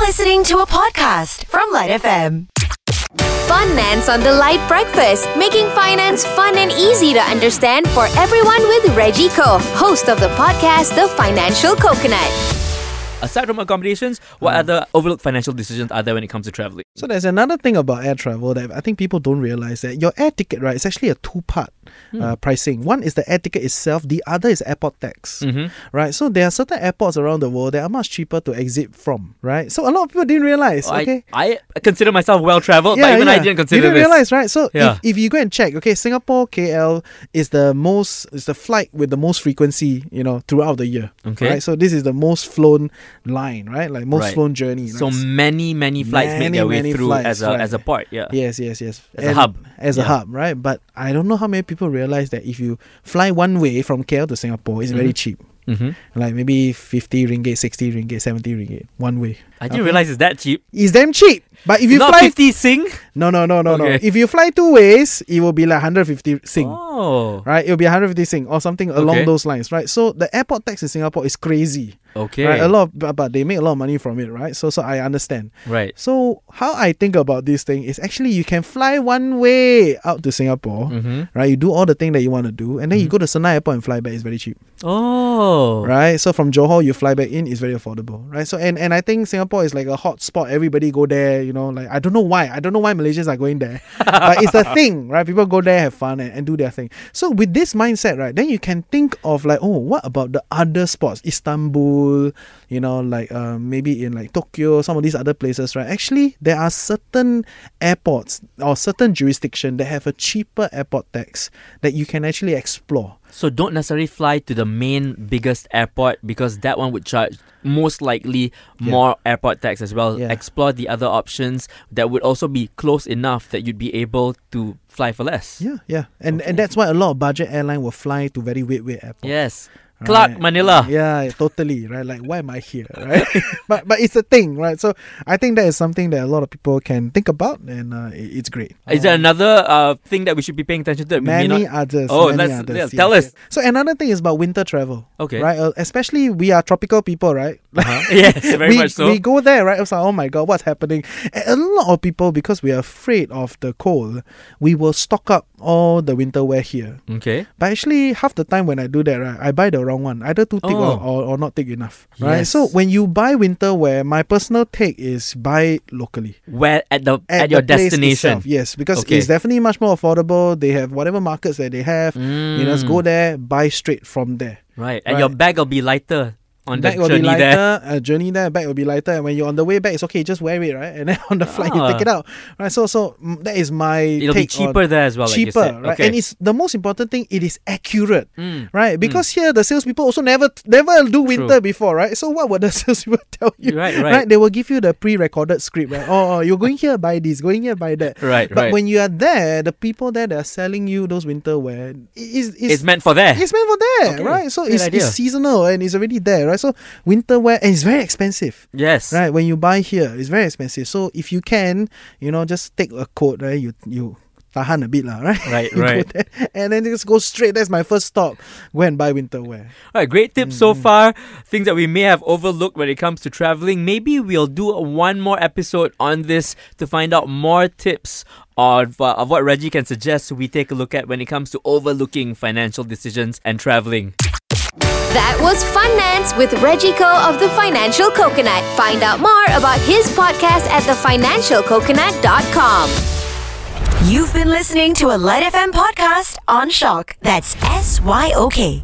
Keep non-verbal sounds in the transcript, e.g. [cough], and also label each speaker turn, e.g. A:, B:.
A: listening to a podcast from Light FM.
B: Finance on the Light Breakfast, making finance fun and easy to understand for everyone with Reggie Koh, host of the podcast The Financial Coconut.
C: Aside from accommodations, what other overlooked financial decisions are there when it comes to traveling?
D: Mm. So there's another thing about air travel that I think people don't realize that your air ticket, right, is actually a two-part
C: Hmm.
D: uh, pricing. One is the air ticket itself, the other is airport tax,
C: Mm-hmm.
D: right? So there are certain airports around the world that are much cheaper to exit from, right? So a lot of people didn't realize. okay,
C: I, I consider myself well traveled, but even I didn't consider
D: You didn't
C: this.
D: realize, right? So
C: Yeah.
D: if, if you go and check, okay, Singapore KL is the most is the flight with the most frequency, you know, throughout the year.
C: Okay.
D: Right? So this is the most flown line, right? Like most
C: Right.
D: flown journey.
C: so
D: right?
C: many, many flights make
D: Many,
C: their way
D: many
C: through
D: flights,
C: as a
D: right.
C: as a port. Yeah.
D: Yes, yes, yes.
C: As a hub.
D: As
C: Yeah.
D: a hub, right? But I don't know how many people realize that if you fly one way from KL to Singapore, it's very cheap.
C: Mhm.
D: Like maybe 50 ringgit, 60 ringgit, 70 ringgit, one way.
C: I didn't realize it's that cheap.
D: It's damn cheap. But if you
C: Not
D: fly.
C: fifty sing.
D: No, no, no, no, no.
C: Okay.
D: If you fly two ways, it will be like 150 sing.
C: Oh.
D: Right, it'll be 150 sing or something along
C: Okay.
D: those lines, right? So the airport tax in Singapore is crazy,
C: Okay.
D: right? A lot, of, but, but they make a lot of money from it, right? So, so I understand.
C: Right.
D: So how I think about this thing is actually you can fly one way out to Singapore,
C: Mhm.
D: right? You do all the thing that you want to do, and then you go to Senai Airport and fly back. It's very cheap,
C: Oh.
D: right? So from Johor you fly back in, it's very affordable, right? So and and I think Singapore is like a hot spot. Everybody go there, you know. Like I don't know why, I don't know why Malaysians are going there, but it's the thing, right? People go there, have fun, and, and do their thing. So with this mindset, right, then you can think of like, oh, what about the other spots? Istanbul, you know, like uh, maybe in like Tokyo, some of these other places, right? Actually, there are certain airports or certain jurisdiction that have a cheaper airport tax that you can actually explore.
C: So don't necessarily fly to the main biggest airport because that one would charge most likely more airport tax as well.
D: Yeah.
C: Explore the other options that would also be close enough that you'd be able to fly for less.
D: Yeah, yeah, and and that's why a lot of budget airline will fly to very weird, weird airports.
C: Yes. Clark,
D: Right.
C: Manila.
D: Yeah, totally, right? Like, why am I here, [laughs] right? but but it's a thing, right? So I think that is something that a lot of people can think about, and uh, it- it's great. Um,
C: Is there another uh, thing that we should be paying attention to? that we may
D: Many
C: not-
D: others.
C: Oh,
D: many
C: let's-
D: others,
C: let's- tell us.
D: So another thing is about winter travel.
C: Okay.
D: Right, Uh, especially we are tropical people, right? [laughs]
C: Huh? [laughs] yes, very
D: we,
C: much so.
D: We go there, right? It's like, oh my god, what's happening? And a lot of people, because we are afraid of the cold, we will stock up all the winter wear here.
C: okay.
D: But actually, half the time when I do that, right, I buy the wrong one, either too thick
C: Oh.
D: or, or, or not thick enough, right?
C: Yes.
D: So when you buy winter wear, my personal take is buy locally
C: Where at the at, your
D: the place
C: destination.
D: itself, yes, because
C: Okay.
D: it's definitely much more affordable. They have whatever markets that they have. You know,
C: Mm.
D: just go there, buy straight from there.
C: Right. And your
D: Right.
C: bag will be lighter on
D: Bag
C: the
D: will
C: journey
D: be
C: there.
D: lighter. Uh, journey there, bag will be lighter. And when you're on the way back, it's okay. Just wear it, right? [laughs] And then on the flight, you take
C: Ah.
D: it out, right? So, so mm, that is my.
C: It'll be
D: take on-
C: cheaper there as well. like you
D: cheaper,
C: said.
D: right?
C: Okay.
D: And it's the most important thing. It is accurate,
C: Mm.
D: right? Because here the salespeople also never never do winter
C: True.
D: before, right? So what would the [laughs] salespeople tell you?
C: Right, right.
D: They will give you the pre-recorded script, right? oh, oh, you're going here, buy this, going here, buy that.
C: [laughs] Right,
D: But
C: right.
D: when you are there, the people there that are selling you those winter wear is
C: it's meant for there.
D: it's meant for there,
C: Okay,
D: right? So
C: great
D: it's,
C: idea.
D: it's seasonal and it's already there, right? So winter wear and it's very expensive.
C: Yes.
D: Right, when you buy here, it's very expensive. So if you can, you know, just take a coat, right? You you tahan a bit lah, right?
C: Right,
D: [laughs] You go
C: right.
D: there and then just go straight. That's my first stop. Go and buy winter wear.
C: All right, great tips so far. Things that we may have overlooked when it comes to traveling. Maybe we'll do one more episode on this to find out more tips of, uh, of what Reggie can suggest we take a look at when it comes to overlooking financial decisions and traveling.
B: That was Finance with Reggie Koh of The Financial Coconut. Find out more about his podcast at thefinancialcoconut.com.
A: You've been listening to a Light FM podcast on Shock. That's S Y O K.